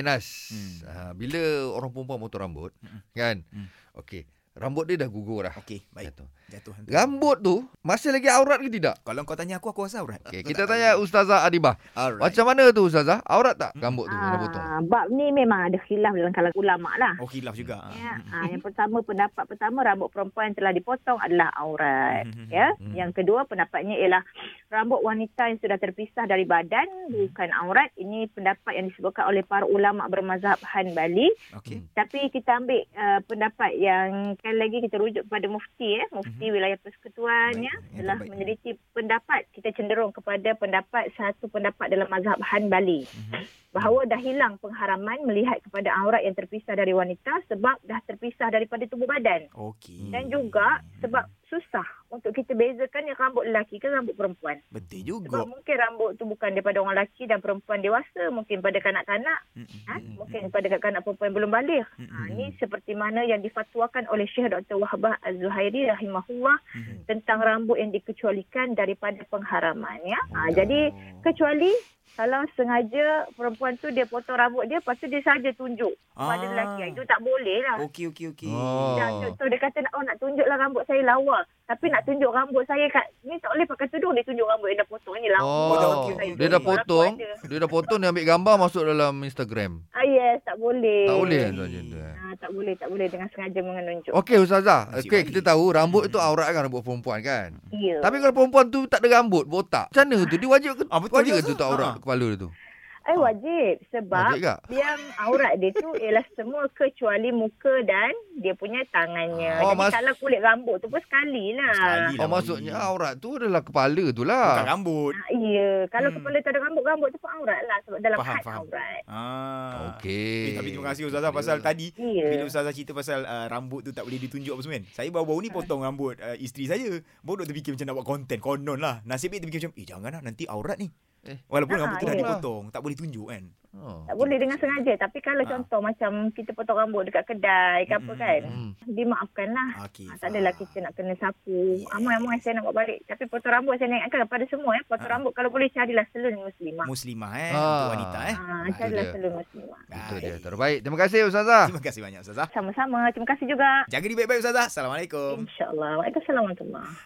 Bainas. Hmm. Hmm. Ha, bila orang perempuan potong rambut, Mm-mm. kan? Hmm. Okey. Rambut dia dah gugur dah. Okey, baik. Jatuh. Jatuh. Ya. Rambut tu masih lagi aurat ke tidak? Kalau kau tanya aku, aku rasa aurat. Okey, kita tanya Ustazah Adibah. Alright. Hmm. Macam mana tu Ustazah? Aurat tak Mm-mm. rambut tu kalau potong? Ah, bab ni memang ada khilaf dalam kalangan ulama lah. Oh, khilaf juga. hmm, Ya, ah, yang pertama pendapat pertama rambut perempuan yang telah dipotong adalah aurat. Mhm. Ya, Hmm. yang kedua pendapatnya ialah rambut wanita yang sudah terpisah dari badan bukan aurat. Ini pendapat yang disebutkan oleh para ulama bermazhab Hanbali. Okey. Tapi kita ambil uh, pendapat yang sekali lagi kita rujuk kepada mufti ya, mufti Mhm. wilayah persekutuan Baik, ya, yang telah terbaik. meneliti pendapat kita cenderung kepada pendapat satu pendapat dalam mazhab Hanbali Mhm. bahawa dah hilang pengharaman melihat kepada aurat yang terpisah dari wanita sebab dah terpisah daripada tubuh badan Okey. dan juga sebab susah untuk kita bezakan yang rambut lelaki ke rambut perempuan. betul juga. Sebab mungkin rambut tu bukan daripada orang lelaki dan perempuan dewasa, mungkin pada kanak-kanak, Mm-mm. ha? Mm-mm. mungkin pada kanak-kanak perempuan yang belum balik. Mm-mm. Ha, ini seperti mana yang difatwakan oleh Syekh Dr. Wahbah Az-Zuhairi rahimahullah Mhm. tentang rambut yang dikecualikan daripada pengharaman. Ya? Oh. Ha, jadi kecuali kalau sengaja perempuan tu dia potong rambut dia lepas tu dia saja tunjuk ah. pada Ah. lelaki. Itu tak boleh lah. Okey, okey, okey. Oh. Dan contoh dia kata oh nak tunjuklah rambut saya lawa. Tapi nak tunjuk rambut saya kat ni tak boleh pakai tudung dia tunjuk rambut yang dah potong ni lawa. Oh, okey, okey, dia okey. dah Rambut potong, ada. dia dah potong dia ambil gambar masuk dalam Instagram. Ah yes, tak boleh. Tak boleh tu macam tu. eh? Ah, tak boleh, tak boleh dengan sengaja menunjuk. Okey Ustazah, Nasib okey baik. kita tahu rambut tu Mm. aurat kan rambut perempuan kan. Ya. Tapi kalau perempuan tu tak ada rambut, botak. Macam mana tu? Dia wajib ke? Ah, betul wajib juga ke tu tu. tak aurat Ah. kepala dia tu? Eh wajib sebab Wajib tak? yang aurat dia tu ialah semua kecuali muka dan dia punya tangannya. Oh, Jadi mas- kalau kulit rambut tu pun sekali lah. Sekali Oh lah, maksudnya Wi. aurat tu adalah kepala tu Bukan lah. rambut. Ah, Ya, kalau Hmm. hmm. kepala tak ada rambut, rambut tu pun aurat lah sebab dalam Faham, had faham. aurat. Ah. Eh, Okey. tapi terima kasih Ustazah pasal tadi Ya. bila Ustazah cerita pasal uh, rambut tu tak boleh ditunjuk apa semua kan. Saya Ha. baru-baru ni potong rambut uh, isteri saya. Baru duk terfikir macam nak buat konten. Konon lah. Nasib baik terfikir macam eh jangan lah nanti aurat ni. Eh. Walaupun Ah, rambut tu dah ya. dipotong. Tak boleh tunjuk kan. Oh. Tak boleh dengan sengaja. Tapi kalau Ah. contoh macam kita potong rambut dekat kedai ke apa Mm-mm. kan, Hmm. dimaafkan lah. Okey. Ah, tak adalah faham. kita nak kena sapu. Amai-amai saya nak buat balik. Tapi potong rambut saya naikkan kepada semua. Eh. Potong Ah. rambut kalau boleh carilah salon muslimah. Muslimah eh. Ah. Untuk wanita eh. Ah, Itu carilah dia. salon muslimah. Itu dia. Baik. Terbaik. Terima kasih Ah. Ustazah. Terima kasih banyak Ustazah. Sama-sama. Terima kasih juga. Jaga diri baik-baik Ustazah. Assalamualaikum. InsyaAllah. Waalaikumsalam warahmatullahi